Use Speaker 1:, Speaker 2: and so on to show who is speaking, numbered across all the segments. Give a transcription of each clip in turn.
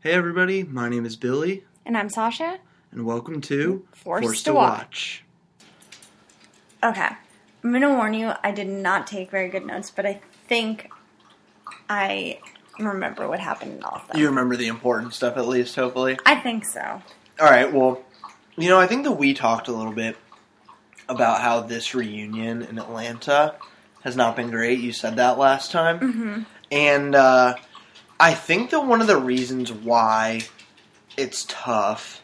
Speaker 1: Hey, everybody, my name is Billy,
Speaker 2: And I'm Sasha.
Speaker 1: and welcome to
Speaker 2: Forced to Watch. Okay. I'm going to warn you, I did not take very good notes, but I think I remember what happened in all of them.
Speaker 1: You remember the important stuff at least, hopefully.
Speaker 2: I think so.
Speaker 1: All right, well, you know, I think that we talked a little bit about how this reunion in Atlanta has not been great. You said that last time.
Speaker 2: hmm
Speaker 1: And uh, I think that one of the reasons why it's tough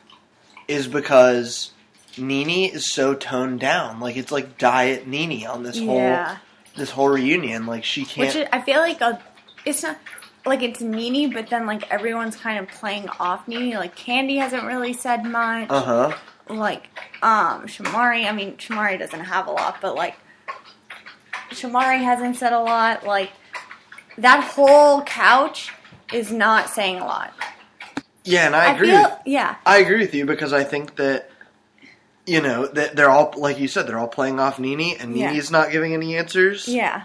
Speaker 1: is because Nini is so toned down. Like it's like diet Nini on this
Speaker 2: Yeah.
Speaker 1: whole this whole reunion. Like she can't.
Speaker 2: Which is, I feel like a, it's not like it's Nini, but then like everyone's kind of playing off Nini. Like Candy hasn't really said much.
Speaker 1: uh huh.
Speaker 2: Like um Shamari. I mean, Shamari doesn't have a lot, but like Shamari hasn't said a lot. Like that whole couch is not saying a lot.
Speaker 1: Yeah, and I agree.
Speaker 2: feel
Speaker 1: with,
Speaker 2: yeah.
Speaker 1: I agree with you because I think that you know that they're all like you said they're all playing off Nini, and
Speaker 2: Yeah.
Speaker 1: Nini's not giving any answers.
Speaker 2: Yeah.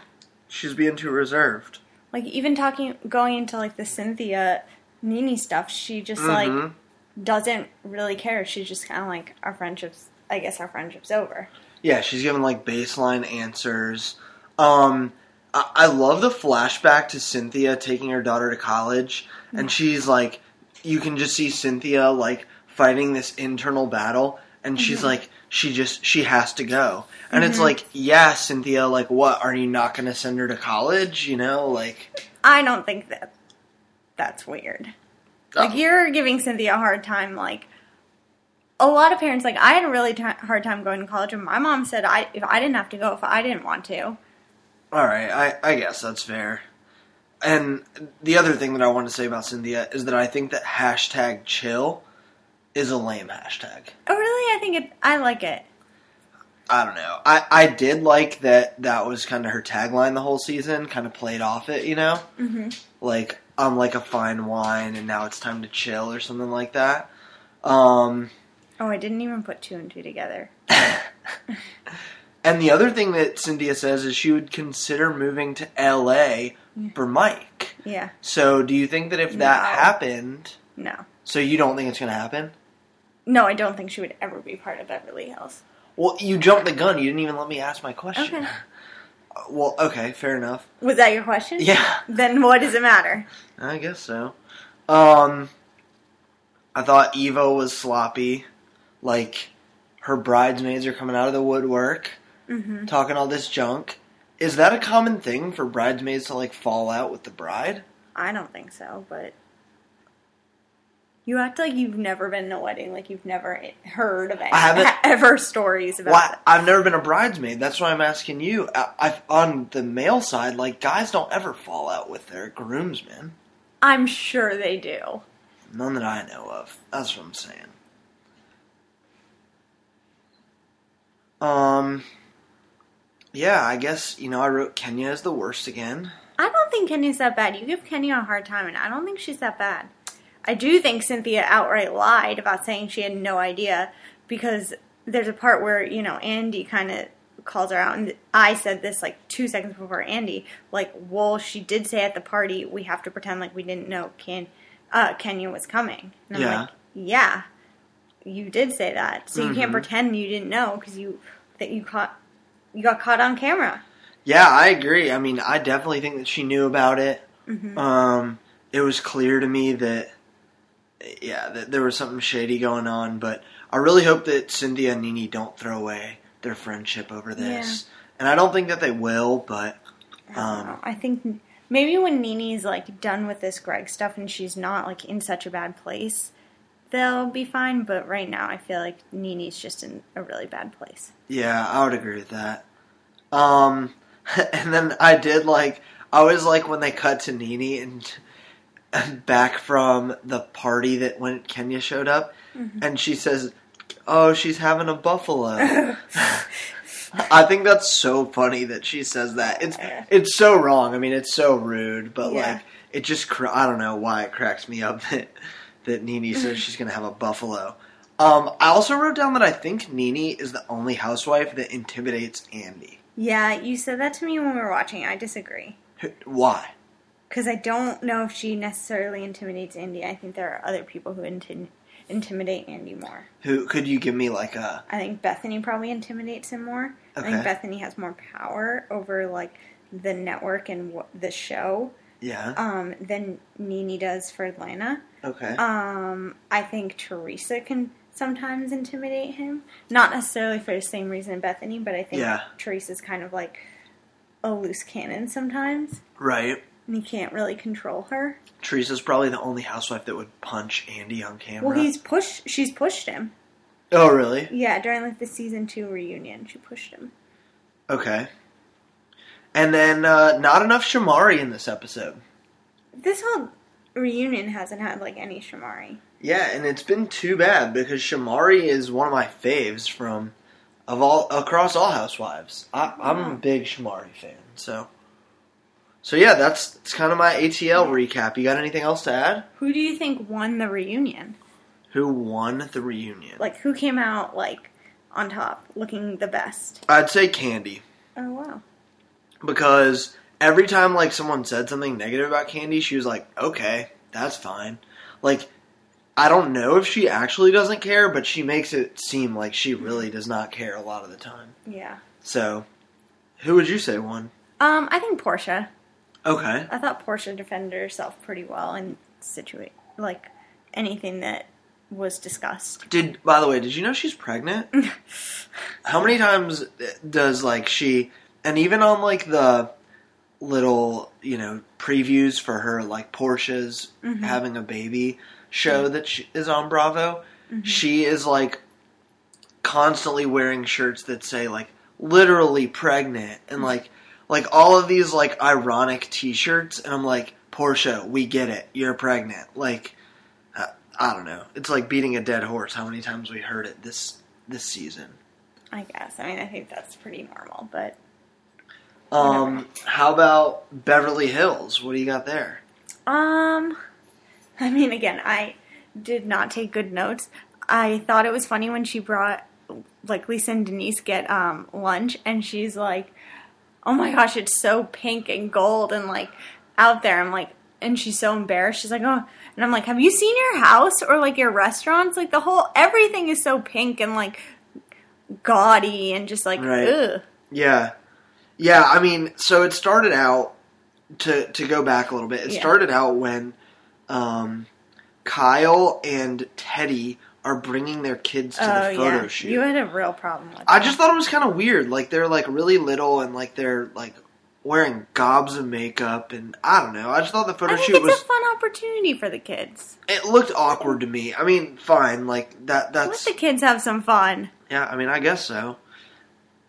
Speaker 1: she's being too reserved.
Speaker 2: Like even talking going into like the Cynthia Nini stuff, she just like
Speaker 1: Mhm.
Speaker 2: doesn't really care. She's just kind of like our friendships. I guess our friendship's over.
Speaker 1: Yeah, she's giving like baseline answers. Um, I-, I love the flashback to Cynthia taking her daughter to college, and she's like, you can just see Cynthia like fighting this internal battle, and she's like, she just she has to go, and it's like, yeah, Cynthia, like, what are you not going to send her to college? You know, like,
Speaker 2: I don't think that that's weird.
Speaker 1: Oh.
Speaker 2: Like you're giving Cynthia a hard time. Like a lot of parents, like I had a really t- hard time going to college, and my mom said I if I didn't have to go if I didn't want to.
Speaker 1: All right, I, I guess that's fair. And the other thing that I want to say about Cynthia is that I think that hashtag chill is a lame hashtag.
Speaker 2: Oh really? I think it. I like it.
Speaker 1: I don't know. I, I did like that that was kind of her tagline the whole season, kind of played off it, you know?
Speaker 2: Mhm.
Speaker 1: Like, I'm like a fine wine and now it's time to chill or something like that. Um,
Speaker 2: Oh, I didn't even put two and two together.
Speaker 1: and the other thing that Cynthia says is she would consider moving to LA for Mike.
Speaker 2: Yeah.
Speaker 1: So, do you think that if that
Speaker 2: No.
Speaker 1: happened.
Speaker 2: No.
Speaker 1: So you don't think it's going to happen?
Speaker 2: No, I don't think she would ever be part of Beverly Hills.
Speaker 1: Well, you jumped the gun. You didn't even let me ask my question.
Speaker 2: Okay.
Speaker 1: Well, okay, fair enough.
Speaker 2: Was that your question?
Speaker 1: Yeah,
Speaker 2: Then what does it matter?
Speaker 1: I guess so. Um, I thought Evo was sloppy. Like, her bridesmaids are coming out of the woodwork,
Speaker 2: Mm-hmm.
Speaker 1: talking all this junk. Is that a common thing for bridesmaids to, like, fall out with the bride?
Speaker 2: I don't think so, but you act like you've never been in a wedding, like you've never heard of any,
Speaker 1: I haven't-
Speaker 2: ever stories about.
Speaker 1: Why?
Speaker 2: that.
Speaker 1: I've never been a bridesmaid. That's why I'm asking you. I, I've, on the male side, like, guys don't ever fall out with their groomsmen.
Speaker 2: I'm sure they do.
Speaker 1: None that I know of. That's what I'm saying. Um, yeah, I guess, you know, I wrote Kenya is the worst again.
Speaker 2: I don't think Kenya's that bad. You give Kenya a hard time, and I don't think she's that bad. I do think Cynthia outright lied about saying she had no idea because there's a part where, you know, Andy kind of calls her out, and I said this like two seconds before Andy, like, well, she did say at the party, we have to pretend like we didn't know Ken- uh, Kenya was coming. And I'm
Speaker 1: Yeah.
Speaker 2: like, yeah, you did say that. So you
Speaker 1: Mhm.
Speaker 2: can't pretend you didn't know because you, that you caught, you got caught on camera.
Speaker 1: Yeah, I agree. I mean, I definitely think that she knew about it.
Speaker 2: Mhm.
Speaker 1: Um, it was clear to me that, yeah, that there was something shady going on, but I really hope that Cynthia and Nini don't throw away their friendship over this. And I don't think that they will, but
Speaker 2: I don't
Speaker 1: Um,
Speaker 2: know. I think maybe when Nini's like done with this Greg stuff and she's not like in such a bad place, they'll be fine. But right now, I feel like Nini's just in a really bad place.
Speaker 1: Yeah, I would agree with that. Um, and then I did like I was like when they cut to Nini and, and back from the party that when Kenya showed up, and she says, "Oh, she's having a buffalo." I think that's so funny that she says that. It's it's so wrong. I mean, it's so rude, but
Speaker 2: Yeah.
Speaker 1: like it just cr- I don't know why it cracks me up that that Nini says she's gonna have a buffalo. Um, I also wrote down that I think Nini is the only housewife that intimidates Andy.
Speaker 2: Yeah, you said that to me when we were watching. I disagree.
Speaker 1: Why?
Speaker 2: because I don't know if she necessarily intimidates Andy. I think there are other people who intim- intimidate Andy more.
Speaker 1: Who could you give me like a
Speaker 2: I think Bethany probably intimidates him more. I
Speaker 1: Okay.
Speaker 2: think Bethany has more power over like the network and wh- the show
Speaker 1: yeah?
Speaker 2: um, than Nini does for Lana.
Speaker 1: okay.
Speaker 2: Um, I think Teresa can sometimes intimidate him, not necessarily for the same reason Bethany, but I think
Speaker 1: Yeah.
Speaker 2: Teresa's kind of like a loose cannon sometimes,
Speaker 1: right.
Speaker 2: and he can't really control her.
Speaker 1: Teresa's probably the only housewife that would punch Andy on camera.
Speaker 2: Well, he's pushed. She's pushed him.
Speaker 1: oh, really?
Speaker 2: Yeah, during like the season two reunion, she pushed him.
Speaker 1: Okay. And then uh, not enough Shamari in this episode.
Speaker 2: This whole reunion hasn't had like any Shamari.
Speaker 1: Yeah, and it's been too bad because Shamari is one of my faves from of all across all Housewives. I, I'm a big Shamari fan, so so yeah, that's, that's kind of my ATL recap. You got anything else to add?
Speaker 2: Who do you think won the reunion?
Speaker 1: Who won the reunion?
Speaker 2: Like, who came out like on top, looking the best?
Speaker 1: I'd say Candy
Speaker 2: Oh wow.
Speaker 1: because every time like someone said something negative about Candy, she was like, "Okay, that's fine." Like I don't know if she actually doesn't care, but she makes it seem like she really does not care a lot of the time.
Speaker 2: Yeah.
Speaker 1: So, who would you say won?
Speaker 2: Um, I think Portia.
Speaker 1: Okay.
Speaker 2: I thought Portia defended herself pretty well and situate like anything that was discussed.
Speaker 1: Did by the way, did you know she's pregnant? How many times does like she and even on like the little, you know, previews for her like Porsche's having a baby show that she is on Bravo, she is like constantly wearing shirts that say like literally pregnant and like like all of these like ironic t-shirts and I'm like Portia, we get it. You're pregnant. Like I, I don't know. It's like beating a dead horse. How many times we heard it this this season?
Speaker 2: I guess. I mean, I think that's pretty normal, but
Speaker 1: Um, how about Beverly Hills? What do you got there?
Speaker 2: Um, I mean, again, I did not take good notes. I thought it was funny when she brought, like, Lisa and Denise get um, lunch, and she's like, "Oh my gosh, it's so pink and gold and like out there." I'm like, and she's so embarrassed. She's like, "Oh," and I'm like, "Have you seen your house or like your restaurants? Like the whole everything is so pink and like gaudy and just like
Speaker 1: Right.
Speaker 2: ugh."
Speaker 1: Yeah, yeah. I mean, so it started out to to go back a little bit. It
Speaker 2: Yeah.
Speaker 1: started out when um, Kyle and Teddy are bringing their kids to
Speaker 2: Oh
Speaker 1: the photo
Speaker 2: yeah,
Speaker 1: shoot.
Speaker 2: you had a real problem with.
Speaker 1: I
Speaker 2: that.
Speaker 1: just thought it was kind of weird. Like they're like really little and like they're like wearing gobs of makeup and I don't know. I just thought the photo
Speaker 2: I think
Speaker 1: shoot
Speaker 2: it's
Speaker 1: was
Speaker 2: a fun opportunity for the kids.
Speaker 1: it looked awkward to me. I mean, fine, like that
Speaker 2: Let
Speaker 1: that's
Speaker 2: the kids have some fun.
Speaker 1: yeah, I mean, I guess so.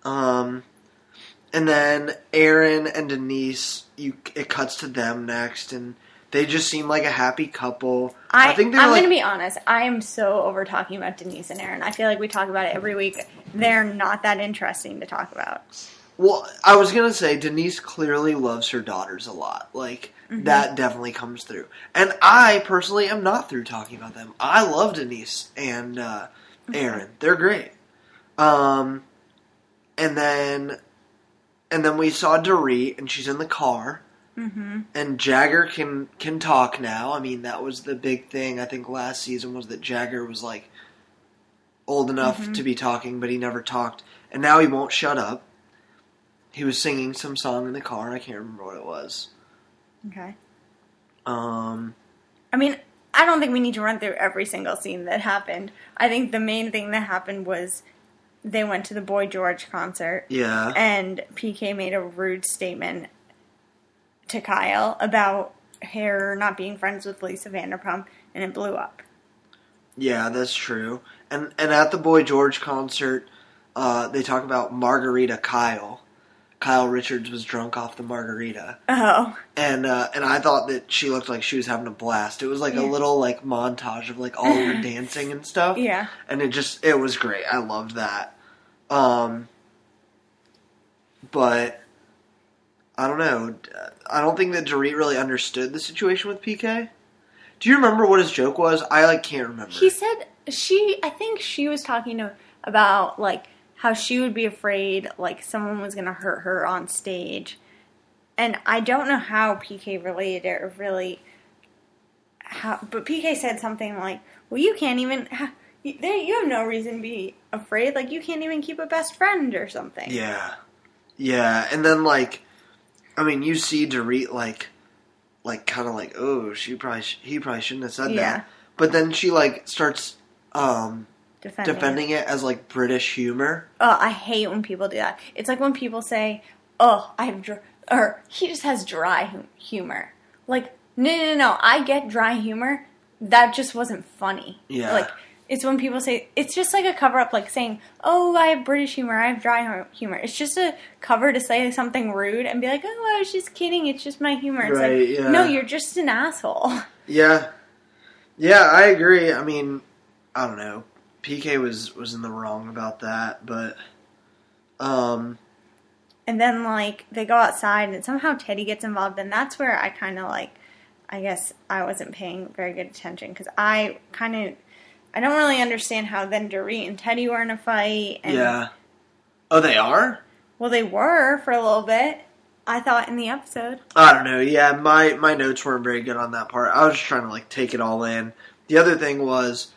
Speaker 1: Um and then Aaron and Denise, you it cuts to them next and they just seem like a happy couple.
Speaker 2: I,
Speaker 1: think they're
Speaker 2: I'm
Speaker 1: like
Speaker 2: going to be honest. I am so over talking about Denise and Aaron. I feel like we talk about it every week. They're not that interesting to talk about.
Speaker 1: Well, I was gonna say Denise clearly loves her daughters a lot. Like that definitely comes through. And I personally am not through talking about them. I love Denise and uh, Aaron. They're great. Um, and then, and then we saw Doree, and she's in the car. Mm-hmm. And Jagger can can talk now. I mean, that was the big thing. I think last season was that Jagger was like old enough to be talking, but he never talked, and now he won't shut up. He was singing some song in the car. I can't remember what it was.
Speaker 2: Okay.
Speaker 1: Um,
Speaker 2: I mean, I don't think we need to run through every single scene that happened. I think the main thing that happened was they went to the Boy George concert.
Speaker 1: yeah,
Speaker 2: and PK made a rude statement to Kyle about her not being friends with Lisa Vanderpump, and it blew up.
Speaker 1: yeah, that's true. And and at the Boy George concert, uh, they talk about Margarita Kyle. Kyle Richards was drunk off the margarita,
Speaker 2: Oh,
Speaker 1: and uh, and I thought that she looked like she was having a blast. It was like a
Speaker 2: Yeah.
Speaker 1: little like montage of like all of her dancing and stuff.
Speaker 2: yeah.
Speaker 1: and it just it was great. I loved that. Um, but I don't know. I don't think that Dorit really understood the situation with PK. Do you remember what his joke was? I like can't remember.
Speaker 2: He said she. I think she was talking to, about like how she would be afraid like someone was gonna hurt her on stage, And I don't know how PK related it or really how, but PK said something like, "Well, you can't even ha- you, there. You have no reason to be afraid. Like you can't even keep a best friend or something."
Speaker 1: Yeah. Yeah. And then like I mean you see Dorit like like kinda like, oh, she probably sh- he probably shouldn't have said
Speaker 2: Yeah.
Speaker 1: that. But then she like starts um
Speaker 2: defending.
Speaker 1: defending it as like British humor.
Speaker 2: Oh, I hate when people do that. It's like when people say, "Oh, I have," dr-, or he just has dry hu- humor. Like, no, no, no, no. I get dry humor. That just wasn't funny.
Speaker 1: Yeah.
Speaker 2: Like, it's when people say it's just like a cover up, like saying, "Oh, I have British humor. I have dry hu- humor." It's just a cover to say something rude and be like, "Oh, I was just kidding. It's just my humor." It's
Speaker 1: Right,
Speaker 2: like,
Speaker 1: yeah.
Speaker 2: no, you're just an asshole.
Speaker 1: Yeah. Yeah, I agree. I mean, I don't know. PK was was in the wrong about that, but um
Speaker 2: and then like they go outside and somehow teddy gets involved and that's where i kind of like i guess i wasn't paying very good attention because i kind of i don't really understand how then Dorit and teddy were in a fight and
Speaker 1: yeah. Oh, they are?
Speaker 2: well they were for a little bit i thought in the episode
Speaker 1: I don't know. Yeah, my my notes weren't very good on that part. I was just trying to like take it all in. The other thing was,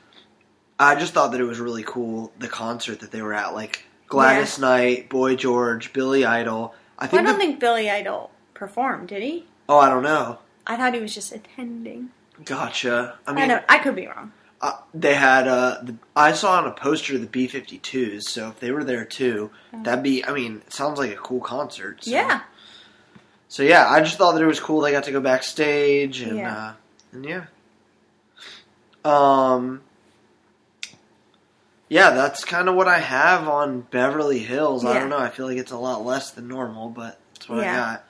Speaker 1: I just thought that it was really cool the concert that they were at, like Gladys Knight, Boy George, Billy Idol. I
Speaker 2: Well,
Speaker 1: think.
Speaker 2: i don't
Speaker 1: the-
Speaker 2: think billy idol performed did he
Speaker 1: oh, I don't know.
Speaker 2: i thought he was just attending
Speaker 1: Gotcha. I
Speaker 2: i,
Speaker 1: mean,
Speaker 2: don't i could be wrong
Speaker 1: uh, they had. Uh, the, I saw on a poster the B 52s so if they were there too, that'd be. I mean, it sounds like a cool concert. So.
Speaker 2: Mm. yeah
Speaker 1: So yeah, I just thought that it was cool. They got to go backstage and
Speaker 2: Yeah.
Speaker 1: Uh, and yeah. Um. Yeah, that's kind of what I have on Beverly Hills. I
Speaker 2: Yeah.
Speaker 1: don't know. I feel like it's a lot less than normal, but that's what
Speaker 2: Yeah.
Speaker 1: I got.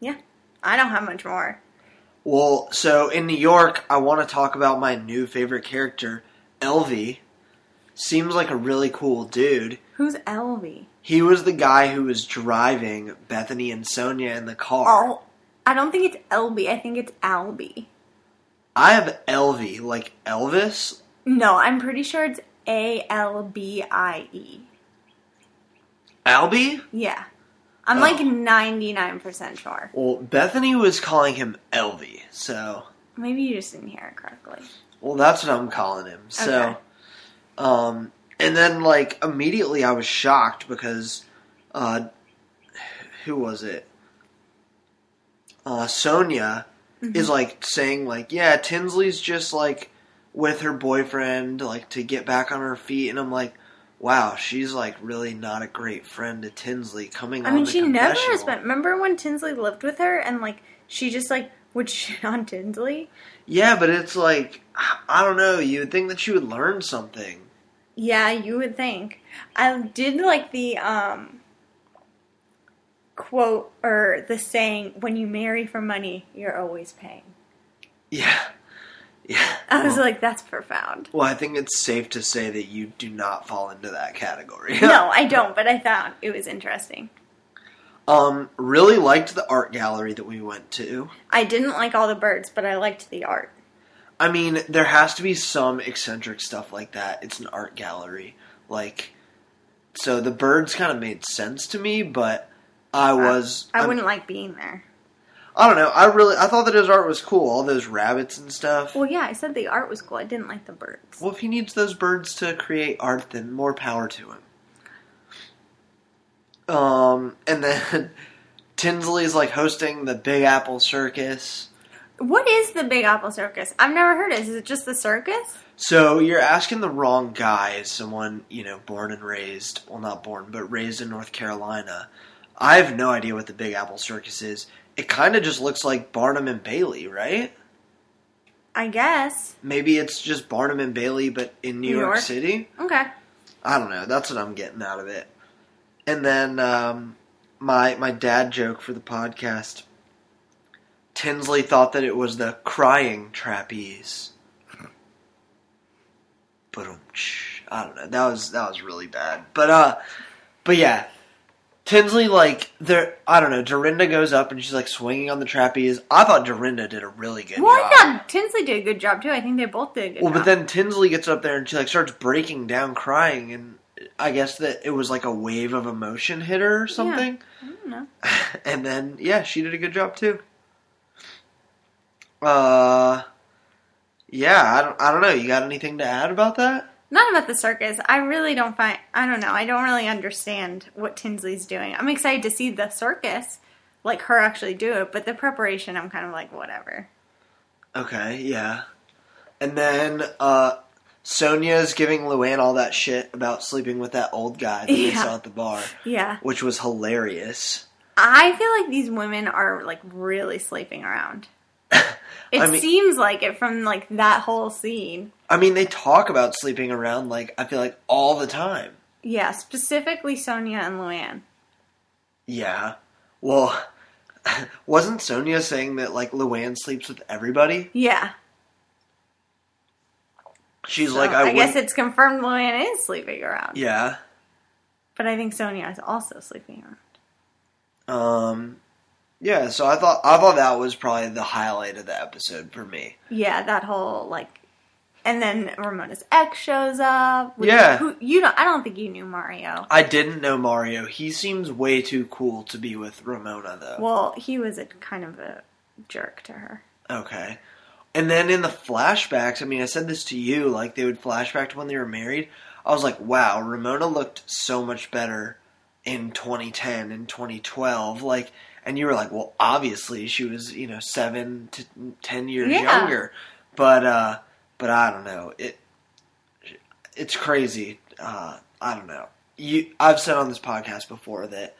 Speaker 2: yeah i don't have much more
Speaker 1: Well, so in New York, I want to talk about my new favorite character, Elvie. Seems like a really cool dude.
Speaker 2: who's elvie
Speaker 1: He was the guy who was driving Bethany and Sonia in the car.
Speaker 2: oh i don't think it's elby i think it's albie
Speaker 1: I have Elvie, like Elvis,
Speaker 2: No, I'm pretty sure it's A L B I E.
Speaker 1: Albie.
Speaker 2: Yeah. I'm
Speaker 1: Oh.
Speaker 2: like 99% sure.
Speaker 1: Well, Bethany was calling him Elvie, so
Speaker 2: Maybe you just didn't hear it correctly.
Speaker 1: well, that's what I'm calling him. So,
Speaker 2: Okay.
Speaker 1: um, and then like immediately I was shocked because, uh, who was it? Uh, Sonia
Speaker 2: Mm-hmm.
Speaker 1: is like saying like, yeah, Tinsley's just like with her boyfriend like to get back on her feet, and I'm like. Wow, she's like really not a great friend to Tinsley coming
Speaker 2: I
Speaker 1: on
Speaker 2: mean,
Speaker 1: the
Speaker 2: she never has
Speaker 1: confessional.
Speaker 2: been. Remember when Tinsley lived with her and like she just like would shit on Tinsley?
Speaker 1: Yeah, but it's like I- I don't know. You would think that she would learn something.
Speaker 2: Yeah, you would think. I did like the um quote or the saying when you marry for money, you're always paying.
Speaker 1: Yeah, yeah.
Speaker 2: I was
Speaker 1: well,
Speaker 2: like that's profound.
Speaker 1: well, I think it's safe to say that you do not fall into that category.
Speaker 2: No, I don't, but I thought it was interesting.
Speaker 1: um, really liked the art gallery that we went to.
Speaker 2: I didn't like all the birds, but I liked the art.
Speaker 1: I mean, there has to be some eccentric stuff like that. It's an art gallery, like so. The birds kind of made sense to me, but I was
Speaker 2: I
Speaker 1: I'm-
Speaker 2: wouldn't like being there.
Speaker 1: I don't know. I really I thought that his art was cool. All those rabbits and stuff.
Speaker 2: Well, yeah, I said the art was cool. I didn't like the birds.
Speaker 1: Well, if he needs those birds to create art, then more power to him. Um, and then Tinsley's like hosting the Big Apple Circus.
Speaker 2: What is the Big Apple Circus? I've never heard of it. Is it just the circus?
Speaker 1: So you're asking the wrong guy as someone, you know, born and raised, well, not born, but raised in North Carolina. I have no idea what the Big Apple Circus is. It kind of just looks like Barnum and Bailey, right?
Speaker 2: I guess.
Speaker 1: Maybe it's just Barnum and Bailey, but in New,
Speaker 2: New
Speaker 1: York
Speaker 2: York?
Speaker 1: City.
Speaker 2: Okay.
Speaker 1: I don't know. That's what I'm getting out of it. And then um, my my dad joke for the podcast. Tinsley thought that it was the crying trapeze. Ba-dum-tsh. I don't know. That was that was really bad. But uh, but yeah, Tinsley like there. I don't know. Dorinda goes up and she's like swinging on the trapeze. I thought Dorinda did a really good
Speaker 2: Well,
Speaker 1: job.
Speaker 2: I thought Tinsley did a good job too. I think they both did a good
Speaker 1: Well, but
Speaker 2: job.
Speaker 1: then Tinsley gets up there and she like starts breaking down, crying, and I guess that it was like a wave of emotion hit her or something.
Speaker 2: I don't know.
Speaker 1: and then yeah, she did a good job too. Uh, yeah, I don't, I don't know. You got anything to add about that?
Speaker 2: Not about the circus. I really don't find. I don't know. I don't really understand what Tinsley's doing. I'm excited to see the circus, like her actually do it, but the preparation, I'm kind of like, whatever.
Speaker 1: Okay, yeah. And then uh, Sonia's giving Luann all that shit about sleeping with that old guy that they
Speaker 2: Yeah.
Speaker 1: saw at the bar,
Speaker 2: Yeah.
Speaker 1: which was hilarious.
Speaker 2: I feel like these women are like really sleeping around. It
Speaker 1: I mean-
Speaker 2: seems like it from like that whole scene.
Speaker 1: I mean, they talk about sleeping around like I feel like all the time.
Speaker 2: Yeah, specifically Sonia and Luann.
Speaker 1: Yeah. Well, wasn't Sonia saying that like Luann sleeps with everybody?
Speaker 2: Yeah.
Speaker 1: She's
Speaker 2: So
Speaker 1: like, I,
Speaker 2: Oh, I, guess
Speaker 1: wouldn't-
Speaker 2: it's confirmed Luann is sleeping around.
Speaker 1: Yeah.
Speaker 2: But I think Sonia is also sleeping around.
Speaker 1: Um. Yeah. So I thought I thought that was probably the highlight of the episode for me.
Speaker 2: Yeah, that whole like and then Ramona's ex shows up. which-
Speaker 1: Yeah.
Speaker 2: Who, you don't I don't think you knew Mario.
Speaker 1: I didn't know Mario. He seems way too cool to be with Ramona though.
Speaker 2: Well, he was a kind of a jerk to her.
Speaker 1: Okay. And then in the flashbacks, I mean, I said this to you, like they would flashback to when they were married. I was like, wow, Ramona looked so much better in 2010 and 2012. Like, and you were like, well, obviously she was, you know, seven to ten years
Speaker 2: Yeah.
Speaker 1: younger. But, uh, but I don't know. It, it's crazy. Uh, I don't know. You, I've said on this podcast before that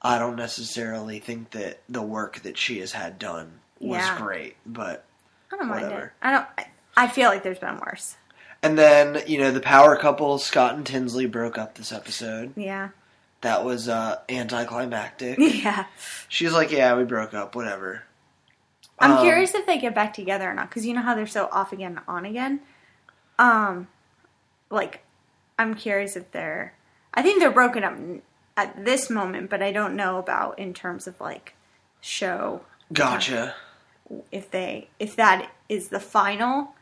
Speaker 1: I don't necessarily think that the work that she has had done was
Speaker 2: Yeah.
Speaker 1: great, but
Speaker 2: I don't mind it.
Speaker 1: Whatever.
Speaker 2: I don't I, I feel like there's been worse.
Speaker 1: and then you know the power couple Scott and Tinsley broke up this episode.
Speaker 2: Yeah.
Speaker 1: That was uh, anticlimactic.
Speaker 2: Yeah.
Speaker 1: She's like, "Yeah, we broke up. Whatever."
Speaker 2: I'm
Speaker 1: Um,
Speaker 2: curious if they get back together or not, because you know how they're so off again, on again. Um, like, I'm curious if they're. I think they're broken up n- at this moment, but I don't know about in terms of like show
Speaker 1: Gotcha.
Speaker 2: if they if that is the final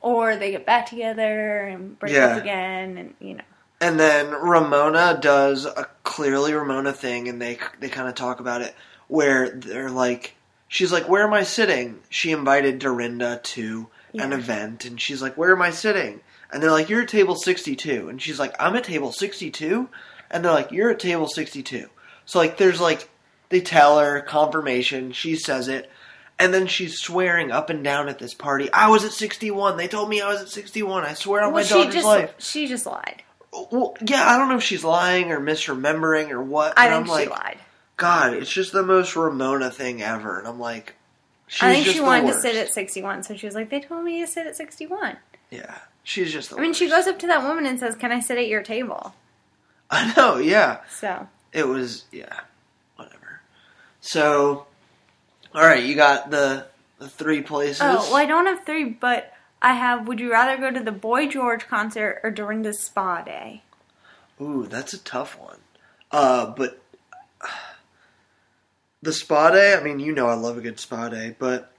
Speaker 2: or they get back together and break
Speaker 1: Yeah.
Speaker 2: up again, and you know.
Speaker 1: And then Ramona does a clearly Ramona thing, and they they kind of talk about it where they're like, she's like, "Where am I sitting?" She invited Dorinda to an
Speaker 2: Yeah.
Speaker 1: event, and she's like, "Where am I sitting?" And they're like, "You're at table 62," and she's like, "I'm at table 62," and they're like, "You're at table 62." So like, there's like, they tell her confirmation, she says it. And then she's swearing up and down at this party. I was at sixty-one. They told me I was at sixty-one. I swear on
Speaker 2: Well,
Speaker 1: my
Speaker 2: she
Speaker 1: daughter's
Speaker 2: just
Speaker 1: life.
Speaker 2: she just lied.
Speaker 1: Well, yeah, I don't know if she's lying or misremembering or what.
Speaker 2: I
Speaker 1: and
Speaker 2: think
Speaker 1: I'm like,
Speaker 2: she lied.
Speaker 1: God, it's just the most Ramona thing ever. And I'm like, she's
Speaker 2: I think
Speaker 1: just
Speaker 2: she
Speaker 1: the
Speaker 2: wanted
Speaker 1: worst.
Speaker 2: to sit at 61, so she was like, "They told me to sit at 61."
Speaker 1: Yeah, she's just. The
Speaker 2: I mean, she
Speaker 1: worst.
Speaker 2: goes up to that woman and says, "Can I sit at your table?"
Speaker 1: I know. Yeah,
Speaker 2: So
Speaker 1: it was. Yeah, whatever. So, all right, you got the the three places.
Speaker 2: oh, well, I don't have three, but I have. Would you rather go to the Boy George concert or Dorinda's spa day?
Speaker 1: Ooh, that's a tough one. Uh, but the spa day, I mean, you know I love a good spa day, but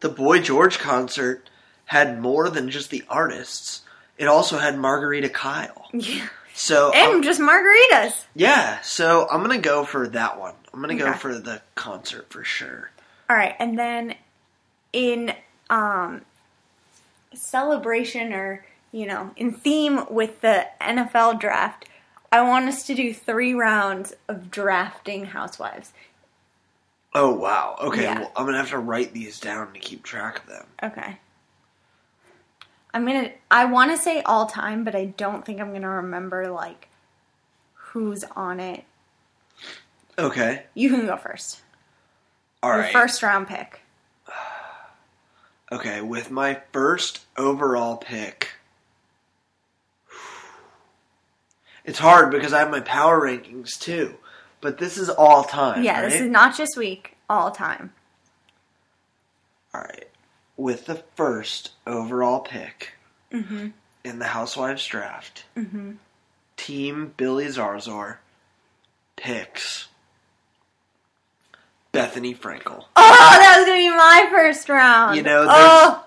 Speaker 1: the Boy George concert had more than just the artists. It also had Margarita Kyle.
Speaker 2: Yeah,
Speaker 1: So
Speaker 2: and
Speaker 1: I'm-
Speaker 2: just margaritas.
Speaker 1: yeah, so I'm gonna go for that one. I'm gonna go
Speaker 2: Okay.
Speaker 1: for the concert for sure.
Speaker 2: All right, and then in um celebration or you know in theme with the NFL draft, I want us to do three rounds of drafting housewives.
Speaker 1: Oh wow. Okay,
Speaker 2: Yeah.
Speaker 1: well I'm gonna have to write these down to keep track of them.
Speaker 2: Okay. I'm gonna. I want to say all time, but I don't think I'm gonna remember like who's on it.
Speaker 1: Okay.
Speaker 2: You can go first.
Speaker 1: All
Speaker 2: Your
Speaker 1: right.
Speaker 2: first round pick.
Speaker 1: Okay, with my first overall pick. It's hard because I have my power rankings too, but this is all time.
Speaker 2: Yeah, this is not just week, all time.
Speaker 1: all right. With the first overall pick
Speaker 2: Mm-hmm.
Speaker 1: in the Housewives draft, Team Billy Zarzor picks Bethany Frankel.
Speaker 2: Oh, that was gonna be my first round.
Speaker 1: You know, there's-
Speaker 2: oh,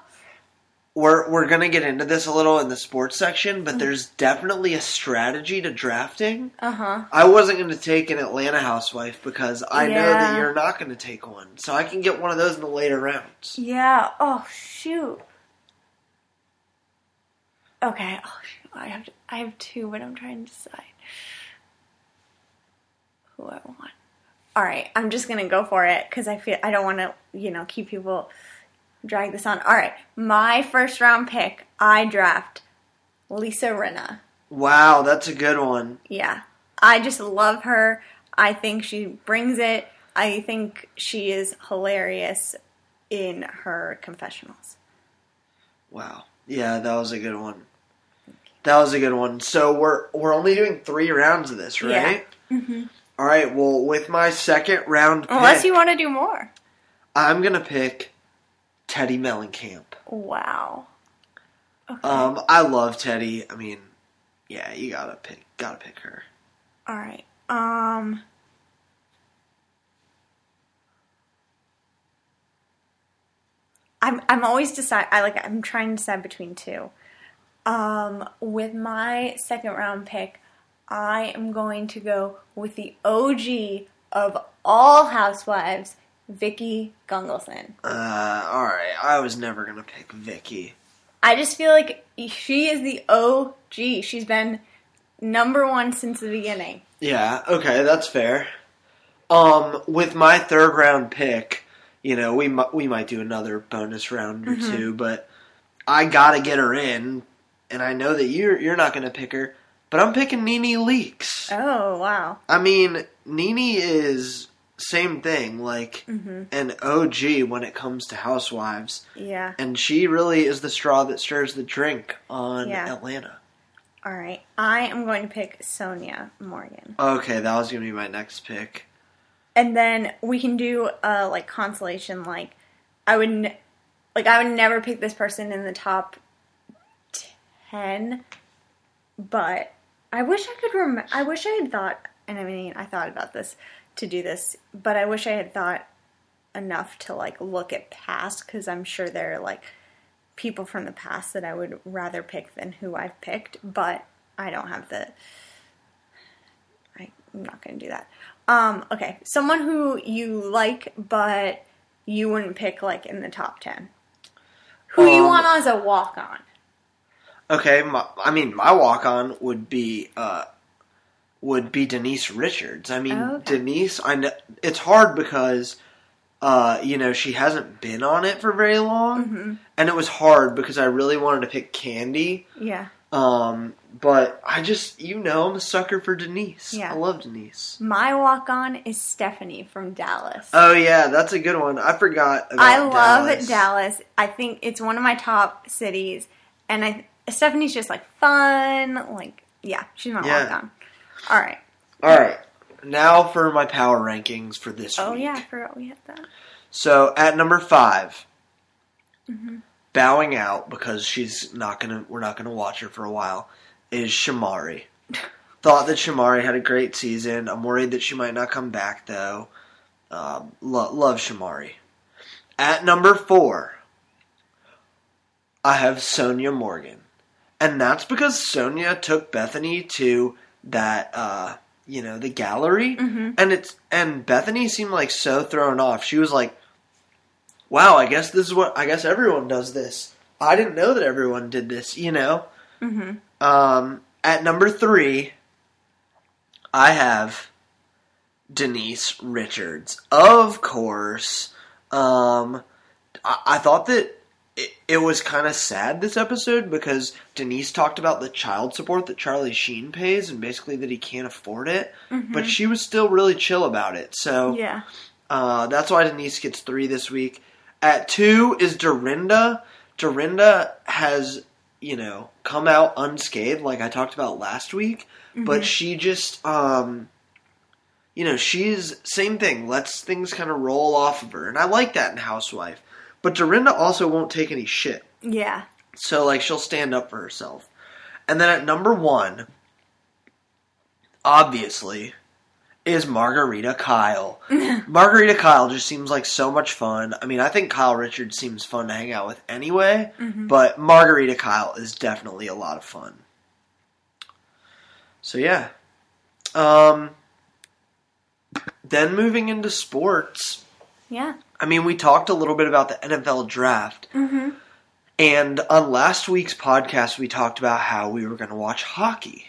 Speaker 1: we're we're gonna get into this a little in the sports section,
Speaker 2: Mm-hmm.
Speaker 1: but there's definitely a strategy to drafting.
Speaker 2: Uh huh.
Speaker 1: I wasn't going to take an Atlanta housewife because I know that
Speaker 2: Yeah.
Speaker 1: you're not going to take one, so I can get one of those in the later rounds.
Speaker 2: Yeah. Oh shoot. Okay. Oh shoot. I have I have two, but I'm trying to decide who I want. All right. I'm just gonna go for it because I feel I don't want to you know keep people drag this on. All right. My first round pick. I draft Lisa Rinna.
Speaker 1: Wow, that's a good one.
Speaker 2: Yeah. I just love her. I think she brings it. I think she is hilarious in her confessionals.
Speaker 1: Wow, yeah, that was a good one. That was a good one. So we're we're only doing three rounds of this,
Speaker 2: Yeah. Mm-hmm.
Speaker 1: right? All right. Well, with my second round, pick,
Speaker 2: Unless you want to do more.
Speaker 1: I'm gonna pick Teddy Mellencamp.
Speaker 2: Wow.
Speaker 1: Um, I love Teddy. I mean, yeah, you gotta pick, gotta pick her.
Speaker 2: All right. Um. I'm I'm always decide I like I'm trying to decide between two. Um, with my second round pick, I am going to go with the OG of all housewives, Vicky Gungelson.
Speaker 1: Uh, all right. I was never gonna pick Vicky.
Speaker 2: I just feel like she is the OG. She's been number one since the beginning.
Speaker 1: Yeah, okay, that's fair. Um, with my third round pick, you know, we mi- we might do another bonus round or
Speaker 2: Mm-hmm.
Speaker 1: two, but I gotta get her in, and I know that you're you're not gonna pick her, but I'm picking Nene Leaks.
Speaker 2: Oh wow.
Speaker 1: I mean, Nene is same thing, like
Speaker 2: Mm-hmm.
Speaker 1: an OG when it comes to housewives,
Speaker 2: Yeah.
Speaker 1: and she really is the straw that stirs the drink on
Speaker 2: Yeah.
Speaker 1: Atlanta.
Speaker 2: All right. I am going to pick Sonia Morgan.
Speaker 1: Okay, that was gonna be my next pick.
Speaker 2: And then we can do uh like consolation like I would n- like I would never pick this person in the top 10 but I wish I could rem- I wish I had thought and I mean I thought about this to do this but I wish I had thought enough to like look at past cuz I'm sure there are like people from the past that I would rather pick than who I've picked but I don't have the I, I'm not going to do that. Um, okay, someone who you like, but you wouldn't pick like in the top ten. Who you
Speaker 1: Um,
Speaker 2: want as a walk on?
Speaker 1: Okay, my, I mean, my walk on would be uh, would be Denise Richards. I mean,
Speaker 2: Oh, okay.
Speaker 1: Denise. I know it's hard because uh, you know she hasn't been on it for very long,
Speaker 2: Mm-hmm.
Speaker 1: and it was hard because I really wanted to pick Candy.
Speaker 2: Yeah,
Speaker 1: Um, but I just, you know, I'm a sucker for Denise.
Speaker 2: Yeah.
Speaker 1: I love Denise.
Speaker 2: my walk on is Stephanie from Dallas.
Speaker 1: Oh yeah, that's a good one. I forgot. About
Speaker 2: I love
Speaker 1: Dallas.
Speaker 2: Dallas. I think it's one of my top cities, and I Stephanie's just like fun. Like, yeah, she's my
Speaker 1: Yeah.
Speaker 2: walk on. All right.
Speaker 1: All right, now for my power rankings for this
Speaker 2: Oh
Speaker 1: week.
Speaker 2: yeah, I forgot we had that.
Speaker 1: So at number 5 bowing out because she's not gonna. We're not gonna watch her for a while. Is Shamari? Thought that Shamari had a great season. I'm worried that she might not come back though. Um, lo- love Shamari. At number four, I have Sonia Morgan, and that's because Sonia took Bethany to that uh, you know the gallery, and it's and Bethany seemed like so thrown off. She was like, "Wow, I guess this is what I guess everyone does this. I didn't know that everyone did this." You know.
Speaker 2: Mm-hmm,
Speaker 1: Um, at number three, I have Denise Richards, of course. Um, I, I thought that it, it was kind of sad this episode because Denise talked about the child support that Charlie Sheen pays and basically that he can't afford it, but she was still really chill about it. So
Speaker 2: mm-hmm. Yeah.
Speaker 1: uh, that's why Denise gets three this week. At two is Dorinda. Dorinda has, you know, come out unscathed, like I talked about last week.
Speaker 2: mm-hmm.
Speaker 1: But she just, um, you know, she's same thing. Lets things kind of roll off of her, and I like that in Housewife. But Dorinda also won't take any shit.
Speaker 2: Yeah.
Speaker 1: So like she'll stand up for herself. And then at number one, obviously, is Margarita Kyle. Margarita Kyle just seems like so much fun. I mean, I think Kyle Richards seems fun to hang out with anyway, but Margarita Kyle is definitely a lot of fun. So yeah. Um then moving into sports.
Speaker 2: Yeah.
Speaker 1: I mean, we talked a little bit about the NFL draft.
Speaker 2: Mm-hmm.
Speaker 1: And on last week's podcast, we talked about how we were going to watch hockey.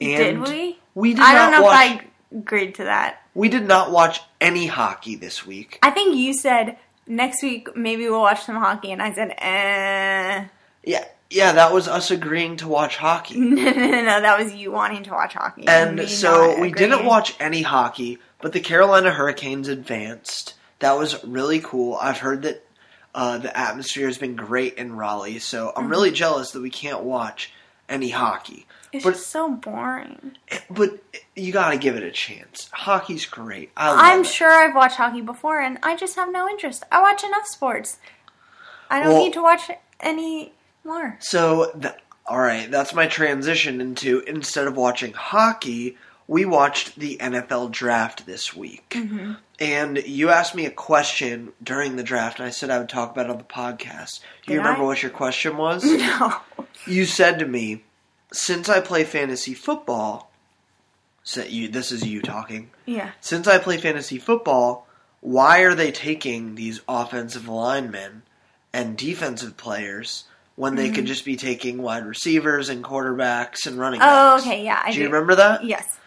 Speaker 1: And
Speaker 2: did we?
Speaker 1: We did
Speaker 2: I
Speaker 1: not
Speaker 2: don't know
Speaker 1: watch.
Speaker 2: if I agreed to that.
Speaker 1: We did not watch any hockey this week.
Speaker 2: I think you said next week maybe we'll watch some hockey, and I said, eh.
Speaker 1: Yeah, yeah, that was us agreeing to watch hockey.
Speaker 2: No, no, no, no, that was you wanting to watch hockey. me
Speaker 1: And so
Speaker 2: not
Speaker 1: we didn't
Speaker 2: agreeing.
Speaker 1: watch any hockey, but the Carolina Hurricanes advanced. That was really cool. I've heard that uh, the atmosphere has been great in Raleigh, so
Speaker 2: Mm-hmm.
Speaker 1: I'm really jealous that we can't watch any hockey.
Speaker 2: It's
Speaker 1: but-
Speaker 2: just so boring.
Speaker 1: But you got to give it a chance. Hockey's great. I love
Speaker 2: I'm
Speaker 1: it.
Speaker 2: sure I've watched hockey before, and I just have no interest. I watch enough sports. I don't
Speaker 1: Well-
Speaker 2: need to watch any more.
Speaker 1: So, th all right, that's my transition into instead of watching hockey, we watched the NFL draft this week.
Speaker 2: Mm-hmm.
Speaker 1: And you asked me a question during the draft, and I said I would talk about it on the podcast. Do you
Speaker 2: Did
Speaker 1: remember
Speaker 2: I?
Speaker 1: what your question was?
Speaker 2: No.
Speaker 1: you said to me, since I play fantasy football, so you, this is you talking.
Speaker 2: Yeah.
Speaker 1: Since I play fantasy football, why are they taking these offensive linemen and defensive players when they
Speaker 2: Mm-hmm.
Speaker 1: could just be taking wide receivers and quarterbacks and running
Speaker 2: Oh,
Speaker 1: backs?
Speaker 2: okay. Yeah. I
Speaker 1: Do you
Speaker 2: do.
Speaker 1: remember that?
Speaker 2: Yes.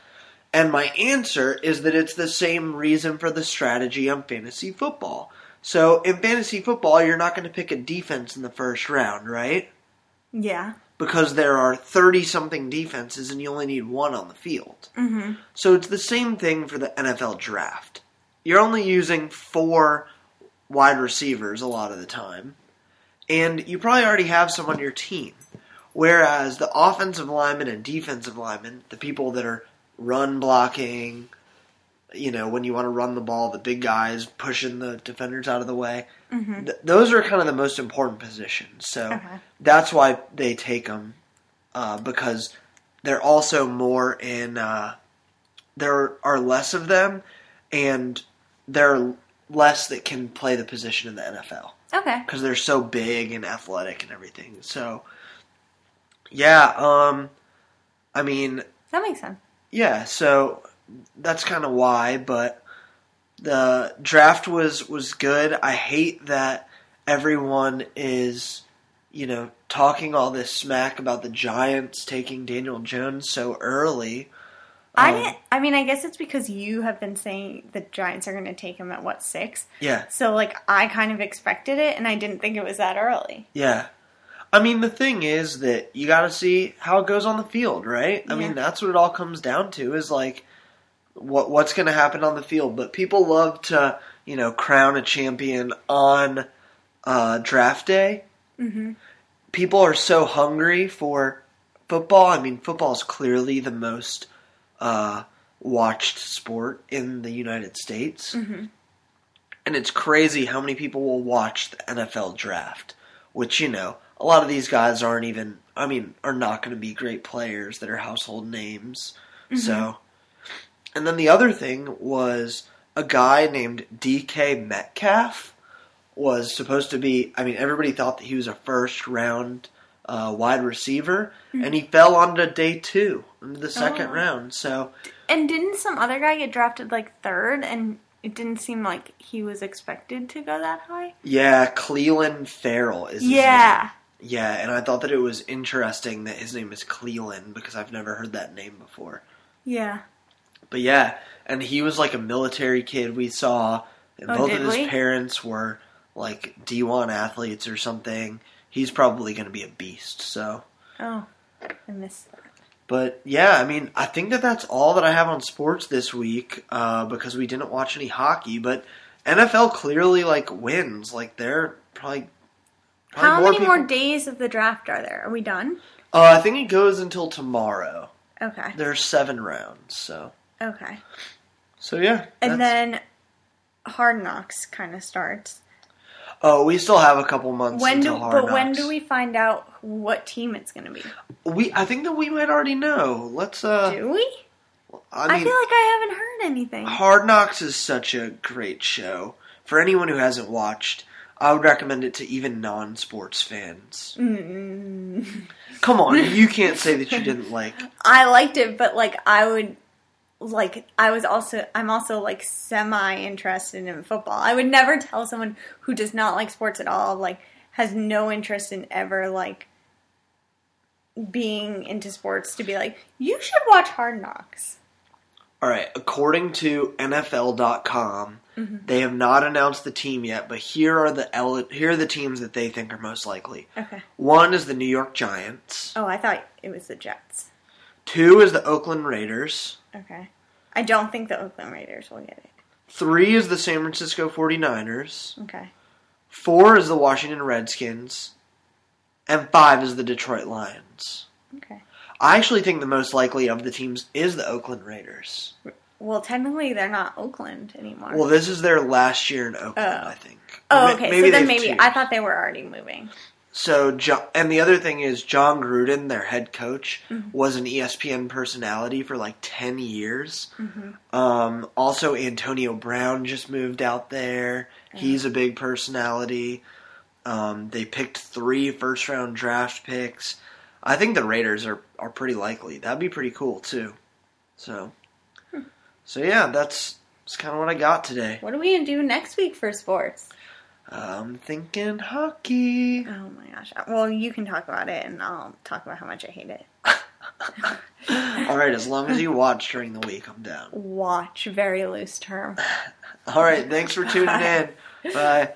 Speaker 1: And my answer is that it's the same reason for the strategy on fantasy football. So in fantasy football, you're not going to pick a defense in the first round, right?
Speaker 2: Yeah.
Speaker 1: because there are 30 something defenses and you only need one on the field.
Speaker 2: Mm-hmm.
Speaker 1: So it's the same thing for the NFL draft. You're only using four wide receivers a lot of the time, and you probably already have some on your team. Whereas the offensive linemen and defensive linemen, the people that are run blocking, you know, when you want to run the ball, the big guys pushing the defenders out of the way, th- those are kind of the most important positions. So
Speaker 2: Okay.
Speaker 1: that's why they take them uh, because they're also more in. Uh, there are less of them, and there are less that can play the position in the NFL
Speaker 2: Okay.
Speaker 1: because they're so big and athletic and everything. So, yeah, um, I mean,
Speaker 2: That makes sense.
Speaker 1: yeah, so that's kind of why. But the draft was was good. I hate that everyone is, you know, talking all this smack about the Giants taking Daniel Jones so early.
Speaker 2: I
Speaker 1: Um,
Speaker 2: didn't. I mean, I guess it's because you have been saying the Giants are going to take him at what six.
Speaker 1: Yeah,
Speaker 2: So like, I kind of expected it, and I didn't think it was that early.
Speaker 1: yeah. I mean, the thing is that you got to see how it goes on the field, right? I mean,
Speaker 2: Yeah.
Speaker 1: that's what it all comes down to is like what what's going to happen on the field. But people love to, you know, crown a champion on uh, draft day.
Speaker 2: hmm
Speaker 1: people are so hungry for football. I mean, football is clearly the most uh, watched sport in the United States.
Speaker 2: Mhm.
Speaker 1: And it's crazy how many people will watch the NFL draft, which, you know, a lot of these guys aren't even, I mean, are not going to be great players that are household names.
Speaker 2: Mm-hmm.
Speaker 1: So, and then the other thing was a guy named DK Metcalf was supposed to be. I mean, everybody thought that he was a first round uh, wide receiver, and he fell onto day two, into the second
Speaker 2: Mm-hmm. Oh.
Speaker 1: round. So
Speaker 2: And didn't some other guy get drafted like third, and it didn't seem like he was expected to go that high?
Speaker 1: yeah, Cleland Farrell is. his
Speaker 2: Yeah.
Speaker 1: name. yeah, and I thought that it was interesting that his name is Cleland because I've never heard that name before.
Speaker 2: Yeah.
Speaker 1: But yeah, and he was like a military kid we saw, and
Speaker 2: Oh,
Speaker 1: both of
Speaker 2: did
Speaker 1: his
Speaker 2: we?
Speaker 1: parents were like D1 athletes or something. He's probably going to be a beast. So,
Speaker 2: Oh, I missed. that.
Speaker 1: but yeah, I mean, I think that that's all that I have on sports this week uh, because we didn't watch any hockey. But NFL clearly like wins. Like they're probably. probably
Speaker 2: How many
Speaker 1: people-
Speaker 2: more days of the draft are there? Are we done?
Speaker 1: Uh, I think it goes until tomorrow.
Speaker 2: Okay.
Speaker 1: There are seven rounds, so
Speaker 2: Okay.
Speaker 1: so yeah.
Speaker 2: And
Speaker 1: that's-
Speaker 2: then Hard Knocks kind of starts.
Speaker 1: oh, we still have a couple months
Speaker 2: When do
Speaker 1: until Hard
Speaker 2: but when
Speaker 1: Knocks.
Speaker 2: do we find out what team it's going to be?
Speaker 1: We I think that we might already know. Let's uh
Speaker 2: Do we? I,
Speaker 1: I mean,
Speaker 2: feel like I haven't heard anything.
Speaker 1: Hard Knocks is such a great show. For anyone who hasn't watched, I would recommend it to even non-sports fans.
Speaker 2: Mm.
Speaker 1: Come on, you can't say that you didn't like.
Speaker 2: I liked it, but like I would like I was also I'm also like semi interested in football. I would never tell someone who does not like sports at all, like has no interest in ever like being into sports to be like, you should watch Hard Knocks.
Speaker 1: All right, according to NFL.com,
Speaker 2: Mm-hmm.
Speaker 1: they have not announced the team yet, but here are the ele- here are the teams that they think are most likely.
Speaker 2: Okay.
Speaker 1: One is the New York Giants.
Speaker 2: Oh, I thought it was the Jets.
Speaker 1: Two is the Oakland Raiders.
Speaker 2: Okay. I don't think the Oakland Raiders will get it.
Speaker 1: Three is the San Francisco 49ers.
Speaker 2: Okay.
Speaker 1: Four is the Washington Redskins. And five is the Detroit Lions.
Speaker 2: Okay.
Speaker 1: I actually think the most likely of the teams is the Oakland Raiders.
Speaker 2: Well, technically they're not Oakland anymore.
Speaker 1: Well, this is their last year in Oakland,
Speaker 2: Oh.
Speaker 1: I think. Or
Speaker 2: oh,
Speaker 1: ma-
Speaker 2: okay. so then
Speaker 1: they've
Speaker 2: maybe
Speaker 1: changed.
Speaker 2: I thought they were already moving.
Speaker 1: So, Jo and the other thing is, John Gruden, their head coach,
Speaker 2: Mm-hmm.
Speaker 1: was an E ESPN personality for like 10 years.
Speaker 2: Mm-hmm.
Speaker 1: Um, also, Antonio Brown just moved out there. He's a big personality. Um, they picked three first round draft picks. I think the Raiders are, are pretty likely. That'd be pretty cool, too. So, so yeah, that's, that's kind of what I got today.
Speaker 2: What are we gonna do next week for sports?
Speaker 1: I'm thinking hockey.
Speaker 2: Oh my gosh. Well, you can talk about it, and I'll talk about how much I hate it.
Speaker 1: All right, as long as you watch during the week, I'm down.
Speaker 2: Watch, very loose term.
Speaker 1: All right, thanks for tuning in. Bye.